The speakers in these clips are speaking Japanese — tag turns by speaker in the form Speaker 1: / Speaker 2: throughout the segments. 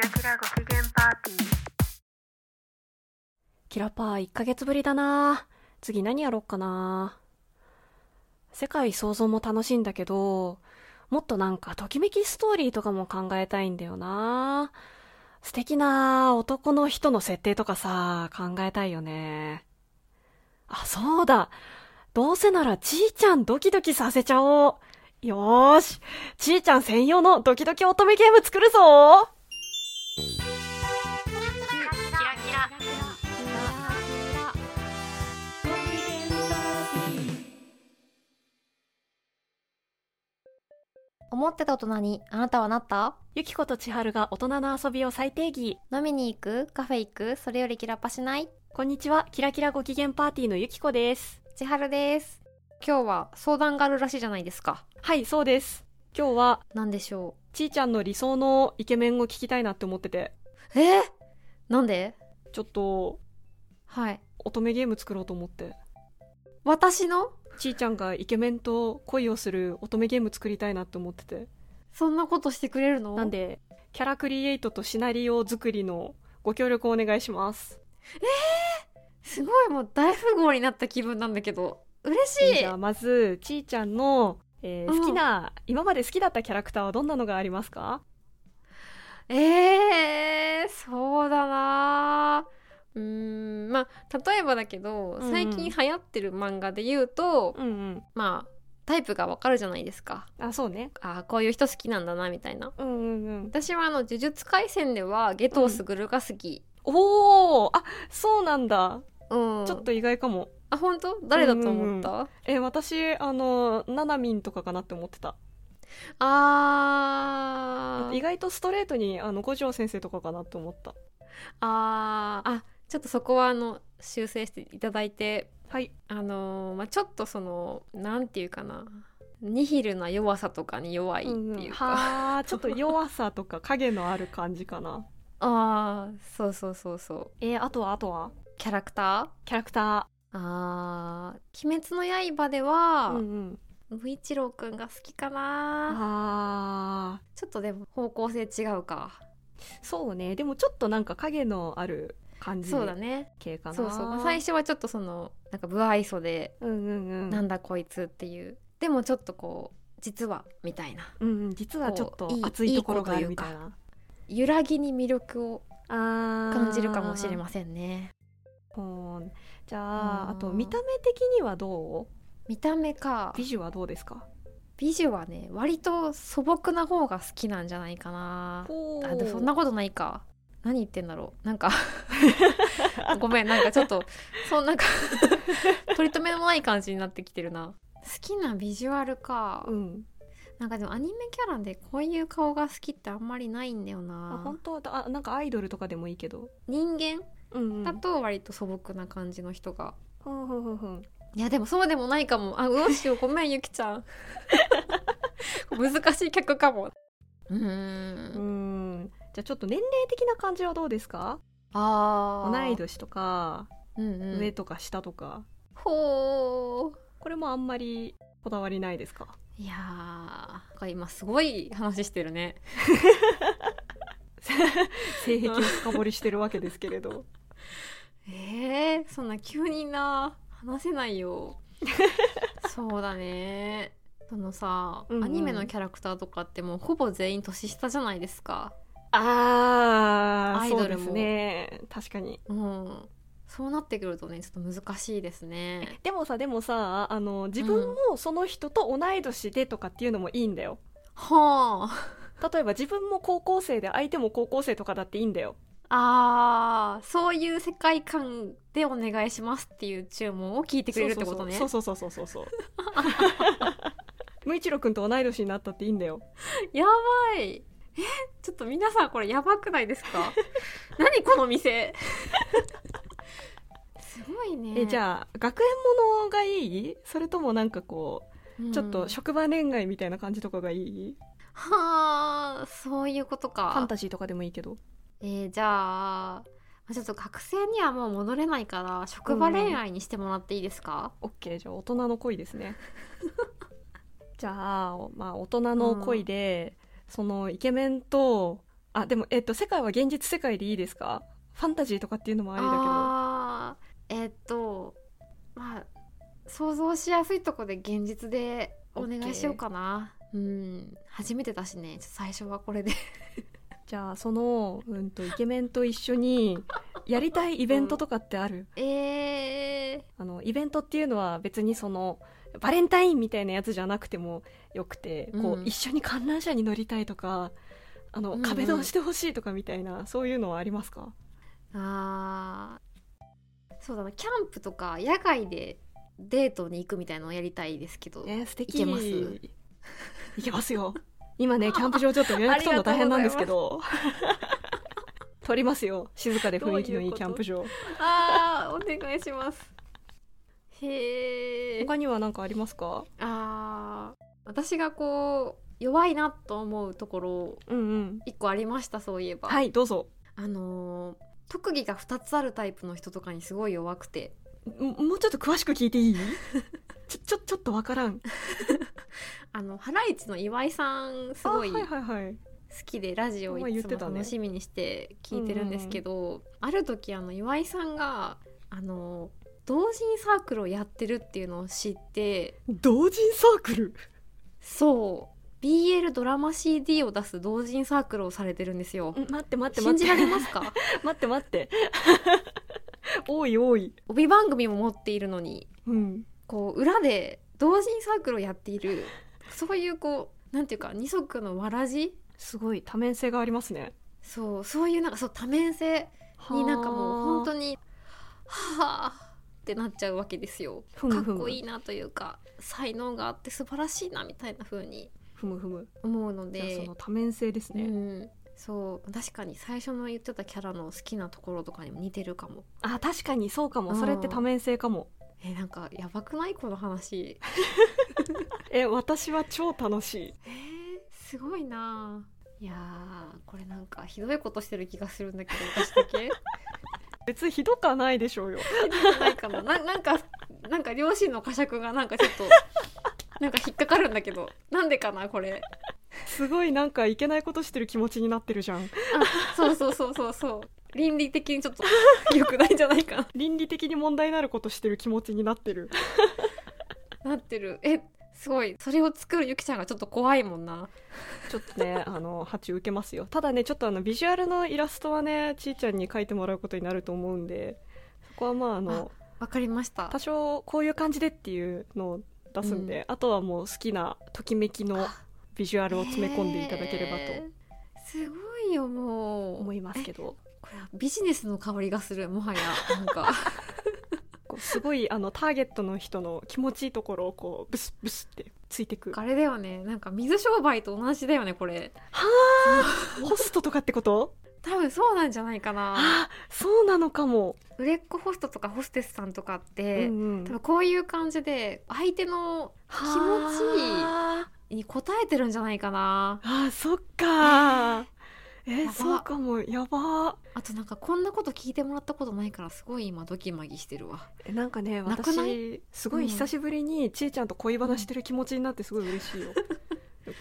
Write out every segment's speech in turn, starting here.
Speaker 1: ラキラご機嫌パーティー
Speaker 2: キラパー1ヶ月ぶりだな次何やろっかな世界創造も楽しいんだけど、もっとなんかときめきストーリーとかも考えたいんだよな素敵な男の人の設定とかさ、考えたいよね。あ、そうだどうせならちーちゃんドキドキさせちゃおうよーしちーちゃん専用のドキドキ乙女ゲーム作るぞ
Speaker 3: 思ってた大人にあなたはなった
Speaker 2: ゆきことちはるが大人の遊びを再定義
Speaker 3: 飲みに行くカフェ行くそれよりキラパしない
Speaker 2: こんにちは、キラキラご機嫌パーティーのゆきこです。
Speaker 3: 千春です今日は相談があるらしいじゃないですか
Speaker 2: はい、そうです。今日は、
Speaker 3: なんでしょ
Speaker 2: ちーちゃんの理想のイケメンを聞きたいなって思ってて、
Speaker 3: うえー、なんで
Speaker 2: ちょっと、
Speaker 3: はい
Speaker 2: 乙女ゲーム作ろうと思って。
Speaker 3: 私の
Speaker 2: ちーちゃんがイケメンと恋をする乙女ゲーム作りたいなって思ってて。
Speaker 3: そんなことしてくれるの
Speaker 2: なんで、キャラクリエイトとシナリオ作りのご協力をお願いします。
Speaker 3: すごいもう大富豪になった気分なんだけど嬉しい
Speaker 2: じゃあ、まず、ちーちゃんの、えー
Speaker 3: うん
Speaker 2: 好きな、今まで好きだったキャラクターはどんなのがありますか
Speaker 3: えー、そうだなうーんまあ例えばだけど
Speaker 2: んうん
Speaker 3: 最近流行ってる漫画で言うと、
Speaker 2: うんうん。
Speaker 3: まあタイプがわかるじゃないですか
Speaker 2: あ、そうね。
Speaker 3: あーこういう人好きなんだなみたいな
Speaker 2: うんうんうん。
Speaker 3: 私はあの呪術廻戦ではゲトウスグルが好き、
Speaker 2: おおあそうなんだ、
Speaker 3: うん
Speaker 2: ちょっと意外かも
Speaker 3: あ本当誰だと思った、
Speaker 2: え私あのななみんとかかなって思ってた
Speaker 3: あ
Speaker 2: 意
Speaker 3: ー
Speaker 2: 外とストレートにあの五条先生とかかなって思った
Speaker 3: あーあちょっとそこはあの修正していただいて
Speaker 2: はい
Speaker 3: あのーまあ、ちょっとそのなんていうかなニヒルな弱さとかに弱いって
Speaker 2: うん
Speaker 3: いううんか、
Speaker 2: はあちょっと弱さとか影のある感じかな
Speaker 3: ああそうそうそうそう
Speaker 2: えーあとはあとは
Speaker 3: キャラクタ
Speaker 2: キャラクタ
Speaker 3: ーあー鬼滅の刃で
Speaker 2: ー
Speaker 3: は、
Speaker 2: うんうん
Speaker 3: 無一郎くんが好きかな
Speaker 2: あ
Speaker 3: ちょっとでも方向性違うか
Speaker 2: ーそうねでもちょっとなんか影のある感じ
Speaker 3: そうだね
Speaker 2: 系かな
Speaker 3: そうそう、まあ最初はちょっとそのなんか不愛想で、
Speaker 2: うんうんうん
Speaker 3: なんだこいつっていうでもちょっとこう実はみたいな
Speaker 2: うんうん実はちょっと
Speaker 3: こういい
Speaker 2: 熱いところがあるみたい
Speaker 3: いい
Speaker 2: な
Speaker 3: 揺らぎに魅力を
Speaker 2: あー
Speaker 3: 感じるかもしれませんね
Speaker 2: ほーじゃあ、
Speaker 3: うん
Speaker 2: あと見た目的にはどう
Speaker 3: 見た目か
Speaker 2: 美女はどうですか
Speaker 3: 美女はね割と素朴な方が好きなんじゃないかな
Speaker 2: ほ
Speaker 3: あでもそんなことないか何言ってんだろうなんかごめんなんかちょっとそんなんか取り留めもない感じになってきてるな好きなビジュアルか
Speaker 2: うん、
Speaker 3: なんかでもアニメキャラでこういう顔が好きってあんまりないんだよ
Speaker 2: あ
Speaker 3: な
Speaker 2: 本当だあなんかアイドルとかでもいいけど
Speaker 3: 人間
Speaker 2: うん
Speaker 3: だと割と素朴な感じの人が、
Speaker 2: ふんふんふんふん
Speaker 3: いやでもそうでもないかもあどうしようごめんゆきちゃん 難しい客かもう
Speaker 2: う
Speaker 3: ー
Speaker 2: ー
Speaker 3: ん
Speaker 2: んじゃあちょっと年齢的な感じはどうですか
Speaker 3: あ
Speaker 2: 同い年とか
Speaker 3: うんうん、
Speaker 2: 上とか下とか、
Speaker 3: ほう
Speaker 2: これもあんまりこだわりないですか
Speaker 3: いやーなんか今すごい話してるね
Speaker 2: 性癖を深掘りしてるわけですけれど
Speaker 3: えー、そんな急にな話せな いよそうだねそのさ、
Speaker 2: うんうん
Speaker 3: アニメのキャラクターとかってもうほぼ全員年下じゃないですか
Speaker 2: あ
Speaker 3: ア
Speaker 2: あ
Speaker 3: イ
Speaker 2: そう
Speaker 3: ド
Speaker 2: で
Speaker 3: ルも
Speaker 2: すね確かに
Speaker 3: うんそうなってくるとねちょっと難しいですね
Speaker 2: でもさでもさあの自分もその人と同い年でとかっていうのもいいんだよ
Speaker 3: は
Speaker 2: 例えば自分も高校生で相手も高校生とかだっていいんだよ
Speaker 3: ああーそういう世界観でお願いしますっていう注文を聞いてくれるってことね
Speaker 2: そうそうそうそうそうそうそう無一郎君と同い年になったっていいんだよ
Speaker 3: やばいえちょっと皆さんこれやばくないで すか何この店 すごいね
Speaker 2: えじゃあ学園ものがいいそれともなんかこうちょっと職場恋愛みたいな感じとかがいい、
Speaker 3: はあそういうことか
Speaker 2: ファンタジーとかでもいいけど
Speaker 3: えーじゃあまあちょっと学生にはもう戻れないから職場恋愛にしてもらっていいですか、
Speaker 2: OK じゃあ大人の恋ですね じゃあ、まあ、大人の恋で、そのイケメンとあでもえっと世界は現実世界でいいですかファンタジーとかっていうのもありだけど
Speaker 3: あーえーっとまあ想像しやすいとこで現実でお願いしようかな、うん初めてだしねちょっと最初は これで
Speaker 2: じゃあその、うん、とイケメンと一緒にやりたいイベントとかってある、
Speaker 3: えー、
Speaker 2: あのイベントっていうのは別にそのバレンタインみたいなやつじゃなくてもよくて、こ
Speaker 3: う
Speaker 2: うん一緒に観覧車に乗りたいとかあの、
Speaker 3: うんうん
Speaker 2: 壁ドンしてほしいとかみたいなそういうのはありますか
Speaker 3: あーそうだなキャンプとか野外でデートに行くみたいなのをやりたいですけど、
Speaker 2: えー、素敵
Speaker 3: いけま す
Speaker 2: いけますよ今ねキャンプ場ちょっ と予約取るの大変なんですけど 取りますよ静かで雰囲気のいいキャンプ場
Speaker 3: あーお願いしますへえ
Speaker 2: 他には何かありますか
Speaker 3: あー私がこう弱いなと思うところ
Speaker 2: うんうん
Speaker 3: 一個ありましたそういえば、
Speaker 2: はいどうぞ
Speaker 3: あのー特技が2つあるタイプの人とかにすごい弱くて
Speaker 2: ももうちょっと詳しく聞い ていいちょちょちょっとわからん
Speaker 3: あのハライチの岩井さんすごい
Speaker 2: あ
Speaker 3: 好
Speaker 2: はいはいはい
Speaker 3: きでラジオ
Speaker 2: この
Speaker 3: を
Speaker 2: 前
Speaker 3: い
Speaker 2: 言っ
Speaker 3: つ
Speaker 2: て
Speaker 3: も
Speaker 2: たね
Speaker 3: 楽しみにして聞いてるんですけど、ある時あの岩井さんがあのー同人サークルをやってるっていうのを知って
Speaker 2: 同人サークル
Speaker 3: そう BL ドラマ CD を出す同人サークルをされてるんですよ。
Speaker 2: 待って待って
Speaker 3: 信
Speaker 2: 待
Speaker 3: じ
Speaker 2: っ
Speaker 3: ら
Speaker 2: て
Speaker 3: れま すか
Speaker 2: 待って待って多い多い
Speaker 3: 帯番組も持っているのに
Speaker 2: うん
Speaker 3: こう裏で同人サークルをやっているそういうこうなんていうか二足のわらじ
Speaker 2: すごい多面性がありますね
Speaker 3: そうそういうなんかそう多面性になんかもう本当
Speaker 2: に
Speaker 3: にはあってなっちゃうわけですよ。
Speaker 2: ふ
Speaker 3: か
Speaker 2: む
Speaker 3: っ
Speaker 2: ふむ
Speaker 3: こいいなというか才能があって素晴らしいなみたいな風に
Speaker 2: ふむふむ
Speaker 3: 思うの
Speaker 2: じゃあそ
Speaker 3: で
Speaker 2: の、多面性です
Speaker 3: う
Speaker 2: ね、
Speaker 3: ん、そう確かに最初の言ってたキャラの好きなところとかにも似てるかも。
Speaker 2: あ確かにそうかも
Speaker 3: うん
Speaker 2: それって多面性かも
Speaker 3: えなんかやばくないこの話。
Speaker 2: え私は超楽しい
Speaker 3: えー、すごいなあいやーこれなんかひどいことしてる気がするんだけど私だ け
Speaker 2: 別にひどくはないでしょうよ
Speaker 3: ひどくないかなななんかなんか両親の呵責がなんかちょっとなんか引っかかるんだけどなんでかなこれ
Speaker 2: すごいなんかいけないことしてる気持ちになってるじゃん
Speaker 3: あそうそうそうそうそう倫理的にちょっと良くないんじゃないか
Speaker 2: 倫理的に問題になることしてる気持ちになってる
Speaker 3: ななってるえすごいそれを作るゆきちゃんがちょっと怖いもんな
Speaker 2: ちょっとね、 あの、ハチ受けますよ。ただね、ちょっとあの、ビジュアルのイラストはね、ちーちゃんに描いてもらうことになると思うんで、そこはまあ、あの、
Speaker 3: わかりました
Speaker 2: 多少こういう感じでっていうのを出すんで、あとはもう好きなときめきのビジュアルを詰め込んでいただければ
Speaker 3: え
Speaker 2: と
Speaker 3: ーすごいよもう
Speaker 2: 思いますけど、
Speaker 3: これはビジネスの香りがするもはやなんか
Speaker 2: こうすごいあの、ターゲットの人の気持ちいいところをこう、ブスブスってついてく。
Speaker 3: あれだよねなんか水商売と同じだよねこれ
Speaker 2: ホストとかってこと
Speaker 3: 多分そうなんじゃないかな
Speaker 2: ああ、そうなのかも。
Speaker 3: 売れっ子ホストとかホステスさんとかって、
Speaker 2: うんうん
Speaker 3: 多分こういう感じで相手の気持ちいい
Speaker 2: はあ
Speaker 3: に応えてるんじゃないかな
Speaker 2: あーそっかーえ
Speaker 3: や
Speaker 2: ー、
Speaker 3: ば
Speaker 2: そうかもやばー
Speaker 3: あとなんかこんなこと聞いてもらったことないからすごい今ドキマギしてるわ
Speaker 2: えなんかね
Speaker 3: なくな
Speaker 2: 私すごい
Speaker 3: うん
Speaker 2: 久しぶりにちーちゃんと恋バナしてる気持ちになってすごい嬉しい よ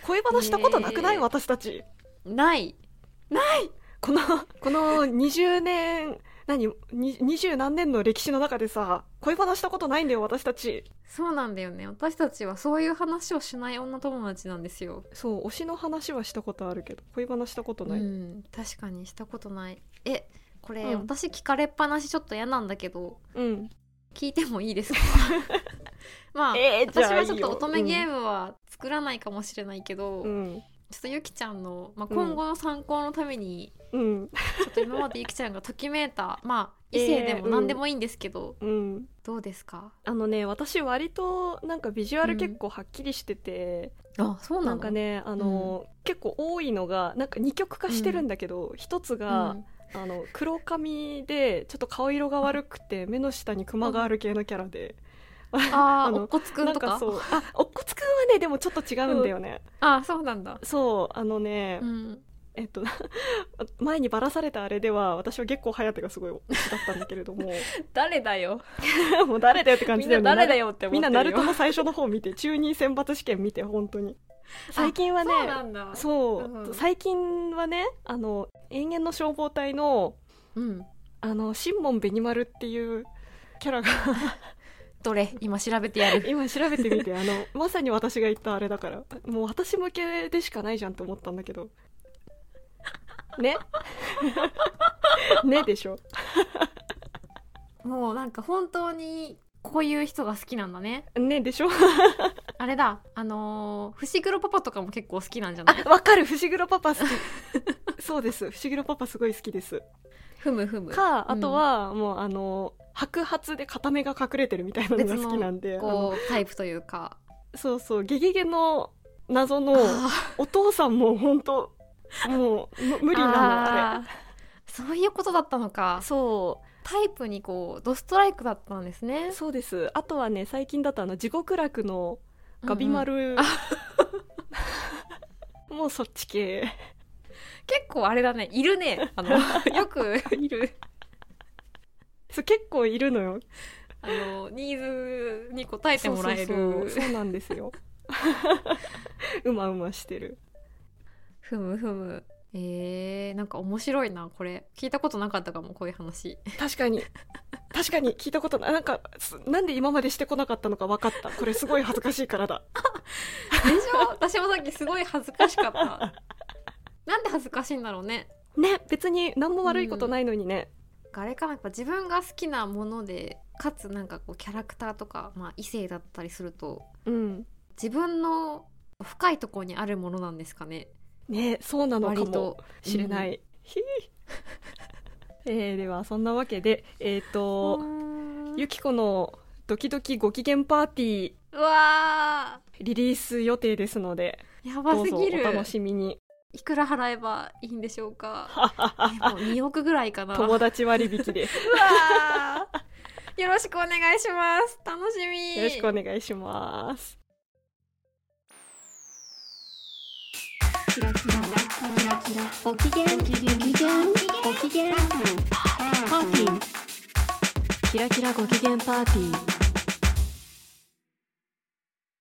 Speaker 2: 恋バナしたことなくない、
Speaker 3: ねえ
Speaker 2: 私たち
Speaker 3: ない
Speaker 2: このこの20年何に20何年の歴史の中でさ恋バナしたことないんだよ私たち
Speaker 3: そうなんだよね私たちはそういう話をしない女友達なんですよ
Speaker 2: そう推しの話はしたことあるけど恋バナしたことない、
Speaker 3: うん確かにしたことないえこれ、
Speaker 2: うん
Speaker 3: 私聞かれっぱなしちょっと嫌なんだけど
Speaker 2: うん
Speaker 3: 聞いてもいいで すかまあ、
Speaker 2: えーじゃ
Speaker 3: 私
Speaker 2: あ
Speaker 3: はちょっと乙女
Speaker 2: いいよ
Speaker 3: ゲームは作らないかもしれないけど、
Speaker 2: うん
Speaker 3: ちょっとゆきちゃんの、まあ、
Speaker 2: うん
Speaker 3: 今後の参考のために、
Speaker 2: うん
Speaker 3: ちょっと今までゆきちゃんがときめいたまあ
Speaker 2: えー
Speaker 3: 異性でも何でもいいんですけど、
Speaker 2: うん
Speaker 3: どうですか
Speaker 2: あのね私割となんかビジュアル
Speaker 3: うん
Speaker 2: 結構はっきりしてて、
Speaker 3: あそうな
Speaker 2: な
Speaker 3: の
Speaker 2: んかねあの、結構多いのがなんか2極化してるんだけど、一つ
Speaker 3: うん
Speaker 2: が、あの黒髪でちょっと顔色が悪くて目の下にクマがある系のキャラで、
Speaker 3: あ
Speaker 2: あ
Speaker 3: ー
Speaker 2: の
Speaker 3: おっこつく
Speaker 2: なんん
Speaker 3: とか
Speaker 2: かそうあおっこつくんはねでもちょっと違うんだよね、
Speaker 3: あそうなんだ
Speaker 2: そうあのね、
Speaker 3: うん
Speaker 2: えっと 前にばらされたあれでは私は月光颯がすごい推しだったんだけれども
Speaker 3: 誰だよ
Speaker 2: もう誰だよって感じだよね
Speaker 3: よって
Speaker 2: みんなナルト
Speaker 3: よ
Speaker 2: の最初の方見て中2選抜試験見て本当に最近はね
Speaker 3: そうなんだ
Speaker 2: そう
Speaker 3: うん
Speaker 2: 最近はねあの永遠の消防隊の
Speaker 3: うん
Speaker 2: あの新門紅丸っていうキャラが
Speaker 3: どれ今調べてやる
Speaker 2: 今調べてみてあのまさに私が言ったあれだからもう私向けでしかないじゃんと思ったんだけどね ねでしょ
Speaker 3: もうなんか本当にこういう人が好きなんだね
Speaker 2: ねでしょ
Speaker 3: あれだあのー、伏黒パパとかも結構好きなんじゃない
Speaker 2: あわかる伏黒パパ好きそうです伏黒パパすごい好きです
Speaker 3: ふむふむ
Speaker 2: かあとはもうあの白髪で片目が隠れてるみたいなのが好きなんであの
Speaker 3: こうタイプというか
Speaker 2: そうそう「ゲゲゲ」の謎の
Speaker 3: あ
Speaker 2: お父さんも本当もうむ無理
Speaker 3: ー
Speaker 2: なのあ
Speaker 3: あーそういうことだったのか
Speaker 2: れそ
Speaker 3: タイプにこうドストライクだったんですね
Speaker 2: うそうですあとはね最近だとあの地獄楽のガビ
Speaker 3: うんうん
Speaker 2: 丸、 もうそっち系
Speaker 3: 結構あれだねいるねあのよくいる
Speaker 2: そう結構いるのよ
Speaker 3: あのニーズに応えてもらえる
Speaker 2: そうそうそうそうなんですようまうましてる
Speaker 3: ふむふむえー、なんか面白いなこれ聞いたことなかったかもこういう話
Speaker 2: 確かに確かに聞いたことないなんかすなんで今までしてこなかったのか分かったこれすごい恥ずかしいからだ
Speaker 3: でしょ私もさっきすごい恥ずかしかったなんで恥ずかしいんだろうね
Speaker 2: ね別に何も悪いことないのにね、
Speaker 3: あれかなやっぱ自分が好きなものでかつなんかこうキャラクターとか、まあ、異性だったりすると
Speaker 2: うん
Speaker 3: 自分の深いところにあるものなんですかね
Speaker 2: ねそうなのか
Speaker 3: 割
Speaker 2: も
Speaker 3: と
Speaker 2: しれない、ひい えーではそんなわけでえっ、と、
Speaker 3: う
Speaker 2: ゆきこのドキドキご機嫌パーティー
Speaker 3: わ
Speaker 2: リリース予定ですので
Speaker 3: ーやば
Speaker 2: どう
Speaker 3: す
Speaker 2: ぞ
Speaker 3: ぎ
Speaker 2: お
Speaker 3: る
Speaker 2: 楽しみに
Speaker 3: いくら払えばいいんでしょ うかえもう2億ぐらいかな
Speaker 2: 友達割引でよ
Speaker 3: わーよろしくお願いします楽しみ
Speaker 2: ろしくお願いします
Speaker 1: キラキラキラキラご機嫌ご機嫌ご機嫌パーティー
Speaker 2: キラキラご機嫌パーティー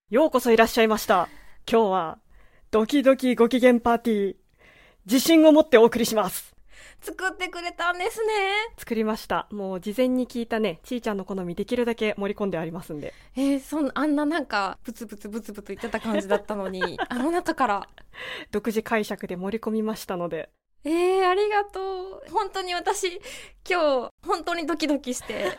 Speaker 2: ようこそいらっしゃいました今日はドキドキご機嫌パーティー自信を持ってお送りします
Speaker 3: 作ってくれたんですね
Speaker 2: 作りましたもう事前に聞いたねちーちゃんの好みできるだけ盛り込んでありますんで
Speaker 3: えー、そんあんななんかブツブツブツブツ言ってた感じだったの にあの中から
Speaker 2: 独自解釈で盛り込みましたので
Speaker 3: えー、ありがとう本当に私今日本当にドキドキして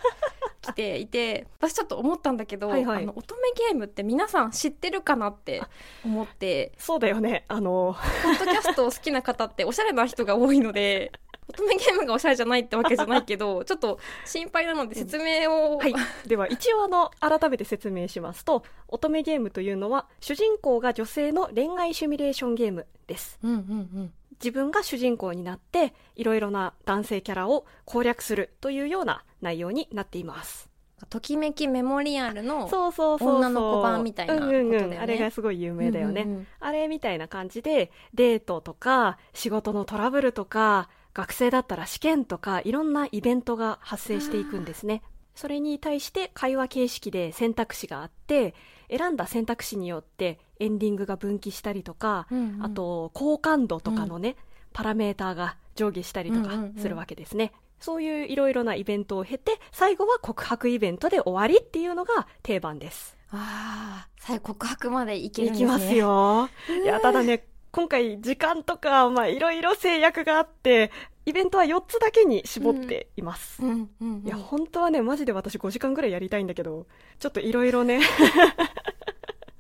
Speaker 3: 来ていて私ちょっと思ったんだけど、
Speaker 2: はいはい
Speaker 3: あの乙女ゲームって皆さん知ってるかなって思って
Speaker 2: そうだよねあの
Speaker 3: ポッドキャストを好きな方っておしゃれな人が多いの で乙女ゲームがおしゃれじゃないってわけじゃないけどちょっと心配なので説明を、
Speaker 2: はいでは一応あの改めて説明しますと乙女ゲームというのは主人公が女性の恋愛シミュレーションゲームです
Speaker 3: うんうんうん、
Speaker 2: 自分が主人公になっていろいろな男性キャラを攻略するというような内容になっています
Speaker 3: ときめきメモリアルの
Speaker 2: そうそうそうそう
Speaker 3: 女の子版みたいなことだよね
Speaker 2: うんうんうん、あれがすごい有名だよね、
Speaker 3: うんうんうん
Speaker 2: あれみたいな感じでデートとか仕事のトラブルとか学生だったら試験とかいろんなイベントが発生していくんですねそれに対して会話形式で選択肢があって選んだ選択肢によってエンディングが分岐したりとか、
Speaker 3: うんうん
Speaker 2: あと好感度とかのね、パラメーターが上下したりとか
Speaker 3: うんうんうん
Speaker 2: するわけですね、そういういろいろなイベントを経て最後は告白イベントで終わりっていうのが定番です
Speaker 3: ああ最後告白までいける
Speaker 2: い
Speaker 3: んです
Speaker 2: き
Speaker 3: ね
Speaker 2: ますよいやただね今回時間とかまあいろいろ制約があってイベントは4つだけに絞っています、
Speaker 3: うんうんうん
Speaker 2: いや本当はねマジで私5時間ぐらいやりたいんだけどちょっといろいろ ね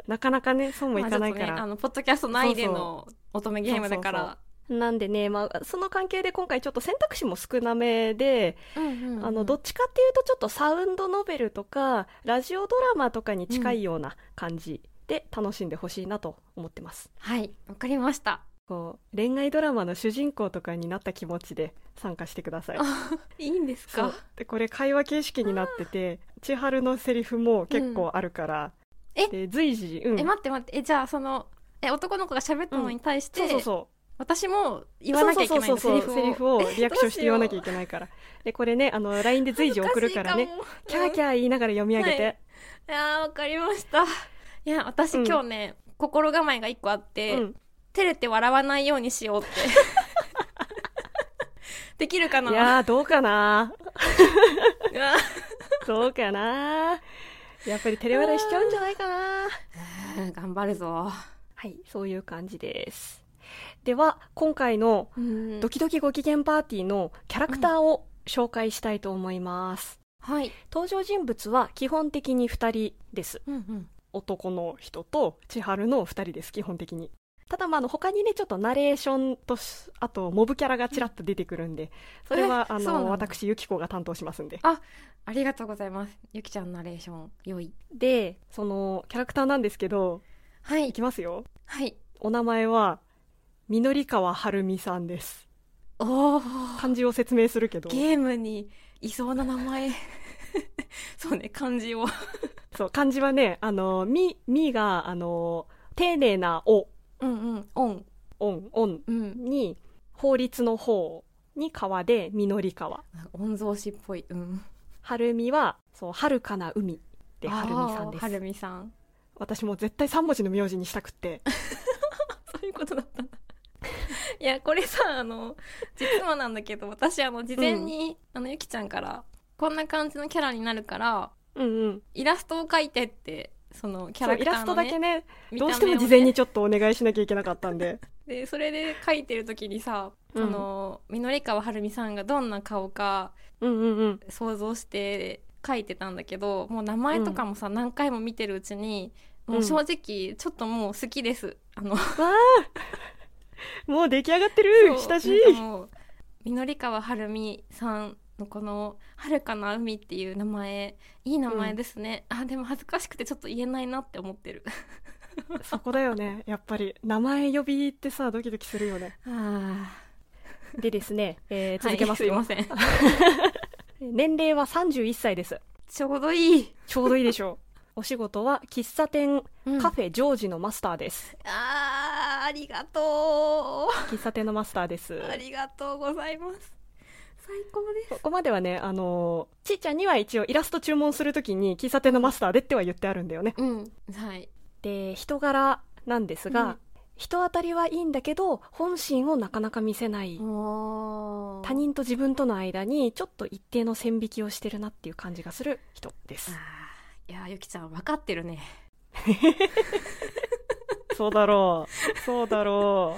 Speaker 2: なかなかねそうもいかないか
Speaker 3: まあちょっとね
Speaker 2: ら
Speaker 3: あのポッドキャスト内での乙女ゲームだから
Speaker 2: なんでね、まあ、その関係で今回ちょっと選択肢も少なめで、
Speaker 3: うんうんうん
Speaker 2: あのどっちかっていうとちょっとサウンドノベルとかラジオドラマとかに近いような感じで楽しんでほしいなと思ってます、
Speaker 3: はいわかりました
Speaker 2: こう恋愛ドラマの主人公とかになった気持ちで参加してください
Speaker 3: あいいんです
Speaker 2: そう
Speaker 3: か
Speaker 2: でこれ会話形式になってて千春のセリフも結構あるから、
Speaker 3: うんえ
Speaker 2: で随時、うん
Speaker 3: え待って待ってえじゃあそのえ男の子が喋ったのに対して、
Speaker 2: そうそうそう
Speaker 3: 私も言わなきゃいけないんだ
Speaker 2: そうそうそうそうセ
Speaker 3: セ
Speaker 2: リ
Speaker 3: リフを
Speaker 2: フをリアクションして言わなきゃいけないからでこれねあの LINE で随時送るからねキャーキ
Speaker 3: ャ
Speaker 2: ャー言いながら読み上げて、
Speaker 3: あーわかりましたいや私
Speaker 2: うん
Speaker 3: 今日ね、心構えが一個あって、
Speaker 2: うん
Speaker 3: 照れて笑わないようにしようって できるかない
Speaker 2: やーどうかな
Speaker 3: うわ
Speaker 2: どうかなやっぱりテレ笑いしちゃうんじゃないかな
Speaker 3: うん頑張るぞ、
Speaker 2: はい、そういう感じです。では、今回の
Speaker 3: うん
Speaker 2: ドキドキご機嫌パーティーのキャラクターを紹介したいと思います。
Speaker 3: はい、
Speaker 2: 登場人物は基本的に2人です。
Speaker 3: うんうん、
Speaker 2: 男の人と千春の2人です、基本的に。ただ、まあ、あの、他にね、ちょっとナレーションとし、あと、モブキャラがちらっと出てくるんで、それは、
Speaker 3: え
Speaker 2: あ
Speaker 3: そうなん
Speaker 2: の、
Speaker 3: だ
Speaker 2: 私、ゆきこが担当しますんで。
Speaker 3: ありがとうございますゆきちゃんナレーション良い
Speaker 2: で、その、キャラクターなんですけど、
Speaker 3: はい
Speaker 2: きますよ。
Speaker 3: はい
Speaker 2: お名前は、みのりかわはるみさんです。
Speaker 3: おお
Speaker 2: 漢字を説明するけど。
Speaker 3: ゲームにいそうな名前そうね漢字を
Speaker 2: そう、漢字はね、あの、み、みが、あの、丁寧なお、
Speaker 3: うんうんオン
Speaker 2: おん、おん
Speaker 3: うん
Speaker 2: に、法律の方に川で、みのり川。
Speaker 3: 御曹司っぽいうん
Speaker 2: はるみは、そう、はるかな海で、はるみさんで
Speaker 3: あーはる
Speaker 2: す。
Speaker 3: みさん
Speaker 2: 私もう絶対3文字の名字にしたく って。
Speaker 3: そういうことだったんだ。いや、これさ、あの、実はなんだけど、私、あの、事前に、あの、ゆきちゃんから、こんな感じのキャラになるから、
Speaker 2: うんうん。
Speaker 3: イラストを描いてって、その、キャ
Speaker 2: そう、
Speaker 3: ラク
Speaker 2: イ
Speaker 3: タ
Speaker 2: ラ
Speaker 3: ー
Speaker 2: スト
Speaker 3: の、
Speaker 2: だ
Speaker 3: ね、
Speaker 2: けね、
Speaker 3: 見た
Speaker 2: ど
Speaker 3: 目を
Speaker 2: う
Speaker 3: ね
Speaker 2: しても事前にちょっとお願いしなきゃいけなかったん で。
Speaker 3: で、それで描いてる時にさ、
Speaker 2: うん
Speaker 3: その、みのりかわはるみさんがどんな顔か
Speaker 2: うんうんうん。
Speaker 3: 想像して描いてたんだけど、もう名前とかもさ、何回も見てるうちに、もう正直、ちょっともう好きです。あの、
Speaker 2: わあもう出来上がってる
Speaker 3: そ う
Speaker 2: 親しい
Speaker 3: なんかもうみのりかわはるみさんのこの「はるかな海」っていう名前いい名前ですね、あでも恥ずかしくてちょっと言えないなって思ってる
Speaker 2: そこだよね。やっぱり、名前呼びってさ、ドキドキするよね。
Speaker 3: あ
Speaker 2: でですね、えー
Speaker 3: 続
Speaker 2: 続
Speaker 3: け
Speaker 2: け
Speaker 3: ま、
Speaker 2: ますすよ。
Speaker 3: はいすいません
Speaker 2: 年齢は31歳です。
Speaker 3: ちょうどいい、
Speaker 2: ちょうどいいでしょう。 お仕事は喫茶店カ
Speaker 3: カフ
Speaker 2: フェジョージのマスターです。
Speaker 3: ェあーありがと
Speaker 2: 喫茶店のマスターです
Speaker 3: う。 ありがとうございます最高です
Speaker 2: ここまではね、あのーちーちゃんには一応イラスト注文するときに喫茶店のマスターでっては言ってあるんだよね。
Speaker 3: うんはい
Speaker 2: で、人柄なんですが、
Speaker 3: うん
Speaker 2: 人当たりはいいんだけど、本心をなかなか見せない。
Speaker 3: お
Speaker 2: 他人と自分との間にちょっと一定の線引きをしてるなっていう感じがする人です。
Speaker 3: いやーゆきちゃん分かってるね
Speaker 2: そうだろう。そうだろ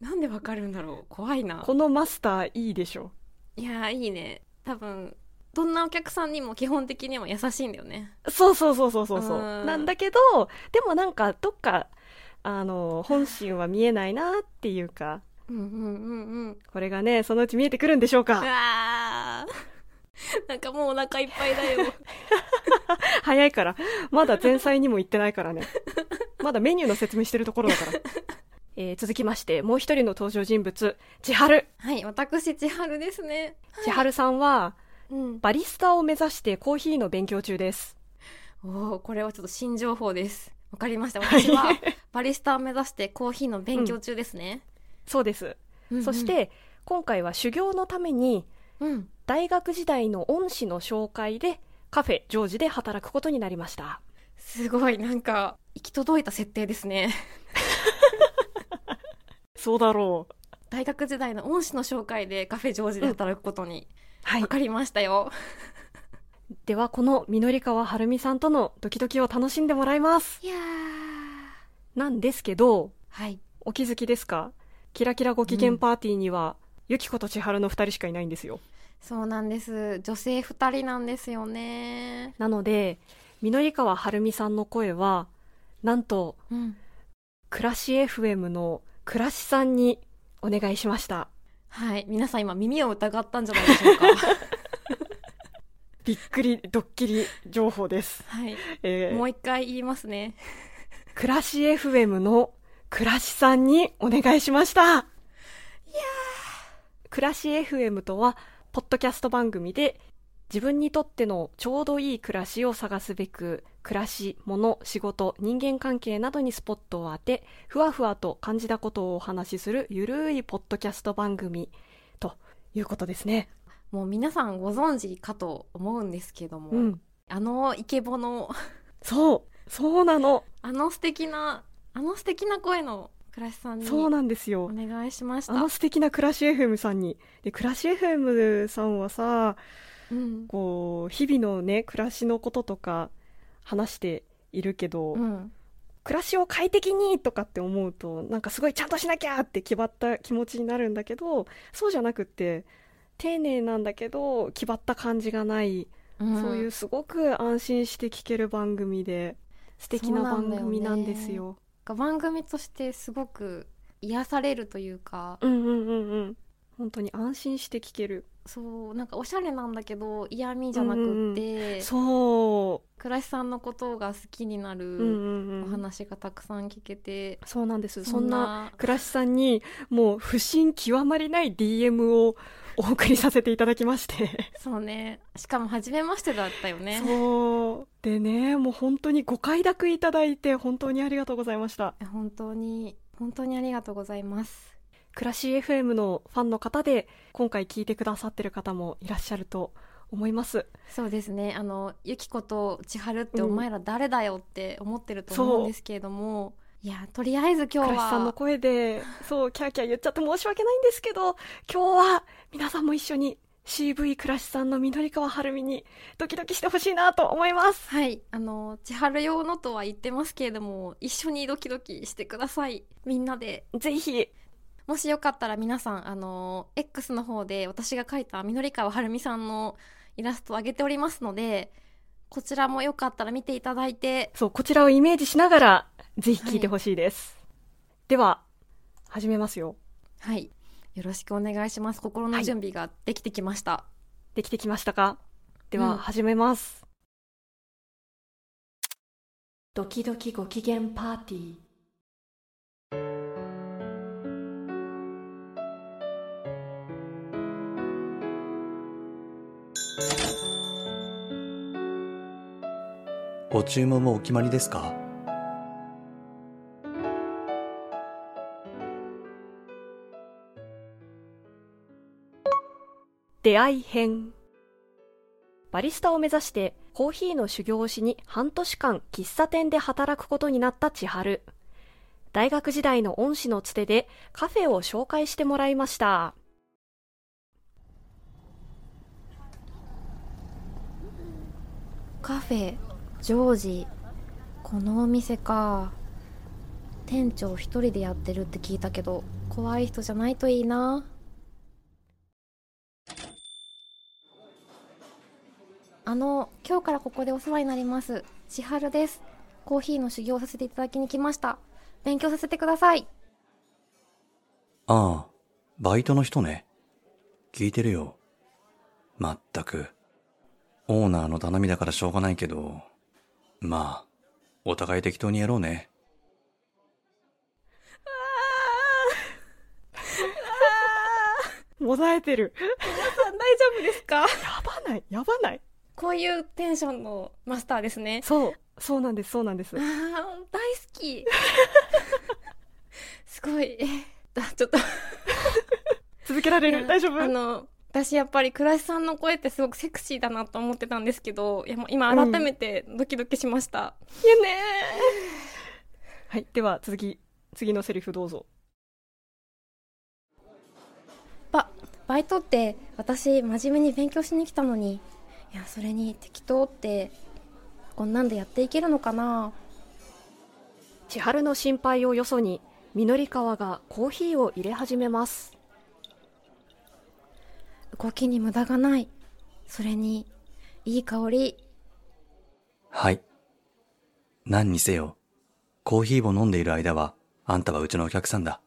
Speaker 2: う。
Speaker 3: なんで分かるんだろう怖いな
Speaker 2: このマスターいいでしょ。
Speaker 3: いやーいいね多分どんなお客さんにも基本的には優しいんだよね
Speaker 2: そうそうそうそうそうそう
Speaker 3: うん
Speaker 2: なんだけどでもなんかどっかあの本心は見えないなっていうか
Speaker 3: うんうんうんうん
Speaker 2: これがねそのうち見えてくるんでしょう
Speaker 3: う
Speaker 2: か
Speaker 3: わー なんかもうお腹いっぱいだよ
Speaker 2: 早いからまだ前菜にも行ってないからねまだメニューの説明してるところだから、えー続きましてもう一人の登場人物千春
Speaker 3: はい私千春ですね
Speaker 2: 千春さんは
Speaker 3: うん
Speaker 2: バリスタを目指してコーヒーの勉強中です
Speaker 3: おおこれはちょっと新情報ですわかりました私はバリスタを目指してコーヒーの勉強中ですね、
Speaker 2: そうです、
Speaker 3: うんうん
Speaker 2: そして今回は修行のために
Speaker 3: うん
Speaker 2: 大学時代の恩師の紹介でカフェジョージで働くことになりました
Speaker 3: すごいなんか行き届いた設定ですね
Speaker 2: そうだろう
Speaker 3: 大学時代の恩師の紹介でカフェジョージで働くことに、
Speaker 2: は
Speaker 3: わかりましたよ
Speaker 2: ではこの緑川はるみさんとのドキドキを楽しんでもらいます
Speaker 3: いやー
Speaker 2: なんですけど
Speaker 3: はい
Speaker 2: お気づきですかキラキラご機嫌パーティーには、ゆきこと千春の2人しかいないんですよ
Speaker 3: そうなんです女性2人なんですよね
Speaker 2: なので緑川はるみさんの声はなんと
Speaker 3: うん
Speaker 2: 暮らし FM の暮らしさんにお願いしました
Speaker 3: はい皆さん今耳を疑ったんじゃないで しょうか
Speaker 2: びっくりドッキリ情報です、
Speaker 3: はい
Speaker 2: え
Speaker 3: も
Speaker 2: ー
Speaker 3: う、一回言いますね
Speaker 2: 暮らし FM の暮らしさんにお願いしましたいや暮らし FM とはポッドキャスト番組で自分にとってのちょうどいい暮らしを探すべく暮らし、物、仕事、人間関係などにスポットを当てふわふわと感じたことをお話しするゆるいポッドキャスト番組ということですね。
Speaker 3: もう皆さんご存知かと思うんですけども、
Speaker 2: うん。
Speaker 3: あのイケボの
Speaker 2: そう。そうなの。
Speaker 3: あの素敵なああの素敵な声の倉石さんに
Speaker 2: そう
Speaker 3: お
Speaker 2: なんですよ。
Speaker 3: 願いしました
Speaker 2: あの素敵なクラッシュ FM さんに。で、クラッシュ FM さんはさ、
Speaker 3: うん
Speaker 2: こう、日々のね、暮らしのこととか話しているけど、
Speaker 3: うん
Speaker 2: 暮らしを快適にとかって思うと、なんかすごいちゃんとしなきゃって気張った気持ちになるんだけど、そうじゃなくって、丁寧なんだけど、気張った感じがない、
Speaker 3: うん
Speaker 2: そういうすごく安心して聴ける番組で、素敵な番組なんですよ。
Speaker 3: なんか番組としてすごく癒されるというか
Speaker 2: うんうんうんうん。本当に安心して聴ける。
Speaker 3: そうなんかおしゃれなんだけど嫌味じゃなくって
Speaker 2: そ
Speaker 3: 倉石さんのことが好きにな
Speaker 2: う。うん
Speaker 3: る
Speaker 2: うん
Speaker 3: お
Speaker 2: うん。
Speaker 3: 話がたくさん聞けて
Speaker 2: そうなんです。そんな倉石さんに、もう不審極まりない DM をお送りさせていただきまして。
Speaker 3: そうねしかも初めましてだったよね
Speaker 2: そう。でね、もう本当にご快諾いただいて、本当にありがとうございました。
Speaker 3: 本当に本当にありがとうございます
Speaker 2: クラシ FM のファンの方で、今回聞いてくださってる方もいらっしゃると思います。
Speaker 3: そうですねあのゆきこと千春ってお前ら誰だよって思ってると思うんですけれども、いやとりあえず今
Speaker 2: 倉
Speaker 3: 日
Speaker 2: 石
Speaker 3: は
Speaker 2: さんの声で、そう、キャーキャー言っちゃって申し訳ないんですけど、今日は皆さんも一緒に CV 倉石さんの緑川晴美にドキドキしてほしいなと思います。
Speaker 3: はい、あの千春用のとは言ってますけれども一緒にドキドキしてくださいみんなで
Speaker 2: ぜひ、
Speaker 3: もしよかったら皆さんあの X の方で私が描いた緑川晴美さんのイラストを上げておりますのでこちらもよかったら見ていただいて
Speaker 2: そう、こちらをイメージしながら、ぜひ聞いてほしいです。では、始めますよ。
Speaker 3: はいよろしくお願いします心の準備ができてきました、
Speaker 2: できてきましたかでは、
Speaker 3: うん
Speaker 2: 始めます。
Speaker 1: ドキドキご機嫌パーティー
Speaker 4: ご注文もお決まりですか
Speaker 2: 出会い編。バリスタを目指して、コーヒーの修行をしに半年間喫茶店で働くことになった千春。大学時代の恩師のつてでカフェを紹介してもらいました。
Speaker 3: カフェジョージこのお店か店長一人でやってるって聞いたけど怖い人じゃないといいなあの今日からここでお世話になります千春ですコーヒーの修行をさせていただきに来ました勉強させてください
Speaker 4: ああ、バイトの人ね。聞いてるよ。まったく。オーナーの頼みだからしょうがないけど。まあ、お互い適当にやろうね。
Speaker 2: もだえてる。
Speaker 3: 大丈 夫ですか
Speaker 2: やばない、やばない。
Speaker 3: こういうテンションのマスターですね
Speaker 2: そう、そうなんです、そうなんです
Speaker 3: あ。ー大好き すご いえだちょっと
Speaker 2: 続けられる、大丈夫
Speaker 3: あの私やっぱり倉石さんの声ってすごくセクシーだなと思ってたんですけどいやもう今改めてドキドキしました、
Speaker 2: やねはい、では続き、次のセリフどうぞ。
Speaker 3: ばバイトって私真面目に勉強しに来たのにいやそれに適当ってこんなんでやっていけるのかな
Speaker 2: 千春の心配をよそに、緑川がコーヒーを入れ始めます。
Speaker 3: 動きに無駄がないそれにいい香り
Speaker 4: はい。何にせよ、コーヒーを飲んでいる間は、あんたはうちのお客さんだ。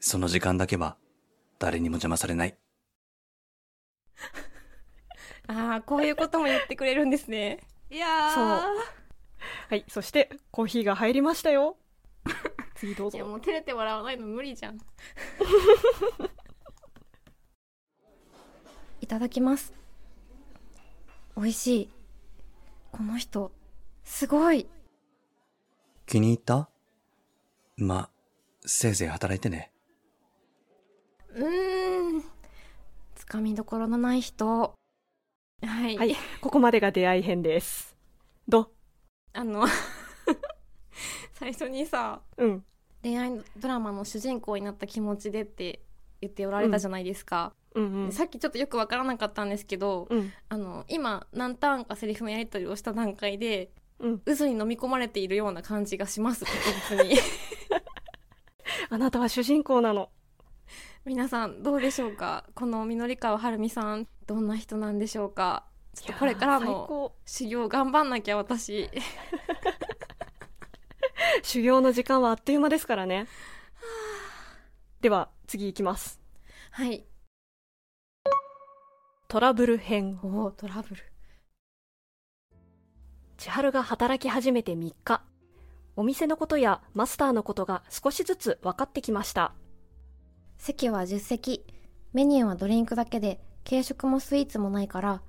Speaker 4: その時間だけは、誰にも邪魔されない。
Speaker 3: ああこういうことも言ってくれるんですねいや
Speaker 2: そうはい、そしてコーヒーが入りました よ。次どう
Speaker 3: いや
Speaker 2: ぞ。
Speaker 3: もう照れて笑わないの無理じゃん いただきます美味しいこの人すごい
Speaker 4: 気に入ったま、せいぜい働いてね。
Speaker 3: うーんつかみどころのない人はい、
Speaker 2: はい、ここまでが出会い編です。ど、
Speaker 3: あの好 最初にさ
Speaker 2: うん。
Speaker 3: 恋愛ドラマの主人公になった気持ちでって言っておられたじゃないですか、
Speaker 2: うんうん
Speaker 3: で。さっきちょっとよくわからなかったんですけど
Speaker 2: うん。
Speaker 3: あの今何ターンかセリフのやり取りをした段階で
Speaker 2: うん。
Speaker 3: 渦に飲み込まれているような感じがします確 実に
Speaker 2: あなたは主人公なの。
Speaker 3: 皆さんどうでしょうかこの緑川はるみさんどんな人なんでしょうかちょっとこれから
Speaker 2: いやー最
Speaker 3: の
Speaker 2: 高。
Speaker 3: 修行頑張んなきゃ私
Speaker 2: 修行の時間はあっという間ですからね。では、次行きます。
Speaker 3: はい
Speaker 2: トラブル編。
Speaker 3: おおトラブル
Speaker 2: 千春が働き始めて3日お店のことやマスターのことが少しずつ分かってきました
Speaker 3: 席は10席メニューはドリンクだけで軽食もスイーツもないから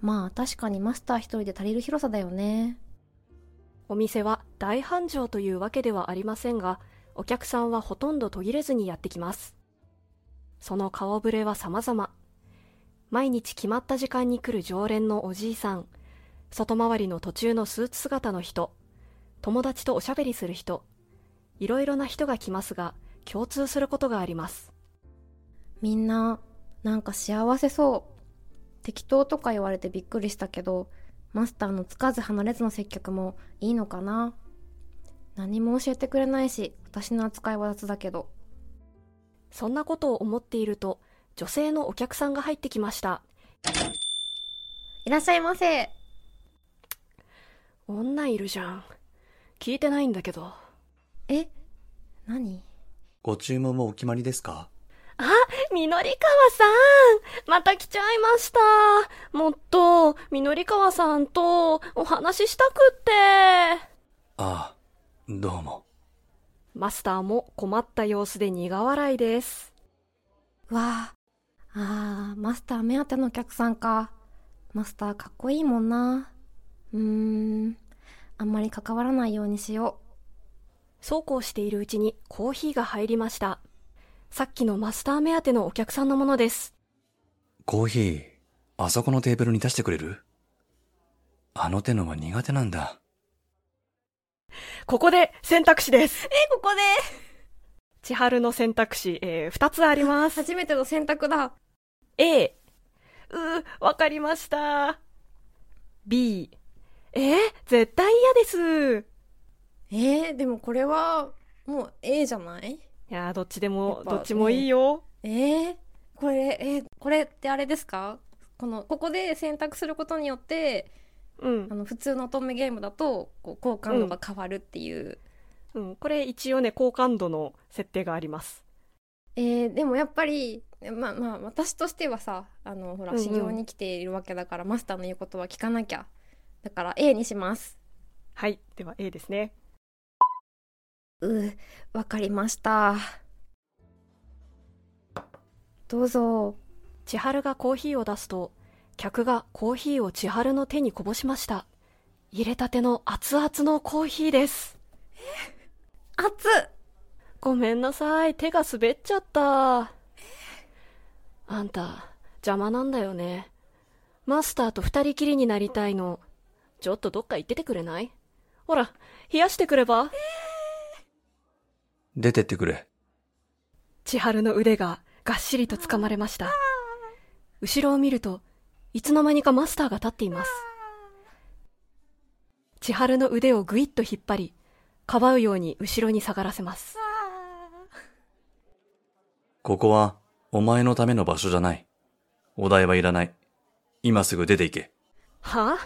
Speaker 3: まあ確かにマスター一人で足りる広さだよね
Speaker 2: お店は大繁盛というわけではありませんがお客さんはほとんど途切れずにやってきますその顔ぶれは様々毎日決まった時間に来る常連のおじいさん外回りの途中のスーツ姿の人友達とおしゃべりする人いろいろな人が来ますが共通することがあります
Speaker 3: みんななんか幸せそう適当とか言われてびっくりしたけどマスターのつかず離れずの接客もいいのかな何も教えてくれないし私の扱いは雑だけど
Speaker 2: そんなことを思っていると、女性のお客さんが入ってきました。
Speaker 3: いらっしゃいませ
Speaker 2: 女いるじゃん。聞いてないんだけど。
Speaker 3: え何
Speaker 4: ご注文もお決まりですか
Speaker 2: みのりかわさんまた来ちゃいましたもっと、みのりかわさんとお話ししたくって
Speaker 4: ああ、どうも。
Speaker 2: マスターも困った様子で苦笑いです。
Speaker 3: わああーマスター目当てのお客さんかマスターかっこいいもんなうーんあんまり関わらないようにしよ
Speaker 2: そうこうしているうちにコーヒーが入りました。さっきのマスター目当てのお客さんのものです。
Speaker 4: コーヒー、あそこのテーブルに出してくれるあの手のは苦手なんだ。
Speaker 2: ここで選択肢です。
Speaker 3: うえここで
Speaker 2: 千春の選択肢、えー、2つあります。
Speaker 3: 初めての選択だ
Speaker 2: A うーわかりました B えー絶対嫌です
Speaker 3: えー、でもこれはもう A じゃない
Speaker 2: いやーどっちでも
Speaker 3: やっぱ
Speaker 2: どっちもいいよ、
Speaker 3: えー、これえーこれってあれですかこのここで選択することによってあ
Speaker 2: う
Speaker 3: の普通の乙女ゲームだとこう好感度が変わるっていう、
Speaker 2: ん、うん、これ一応ね好感度の設定があります
Speaker 3: えーでもやっぱりまあまあ私としてはさあのほ
Speaker 2: う
Speaker 3: ら
Speaker 2: んうん
Speaker 3: 修行に来ているわけだから、マスターの言うことは聞かなきゃだから A にします
Speaker 2: はいでは A ですね
Speaker 3: うわかりましたどうぞ
Speaker 2: 千春がコーヒーを出すと客がコーヒーを千春の手にこぼしました入れたての熱々のコーヒーです
Speaker 3: 熱っ
Speaker 2: ごめんなさい、手が滑っちゃった。あんた、邪魔なんだよね。マスターと二人きりになりたいの。ちょっとどっか行っててくれないほら、冷やしてくれば
Speaker 4: 出てってくれ。
Speaker 2: 千春の腕ががっしりと掴まれました。後ろを見ると、いつの間にかマスターが立っています。千春の腕をぐいっと引っ張り、かばうように後ろに下がらせます。
Speaker 4: ここは、お前のための場所じゃない。お題はいらない。今すぐ出ていけ。
Speaker 2: はあ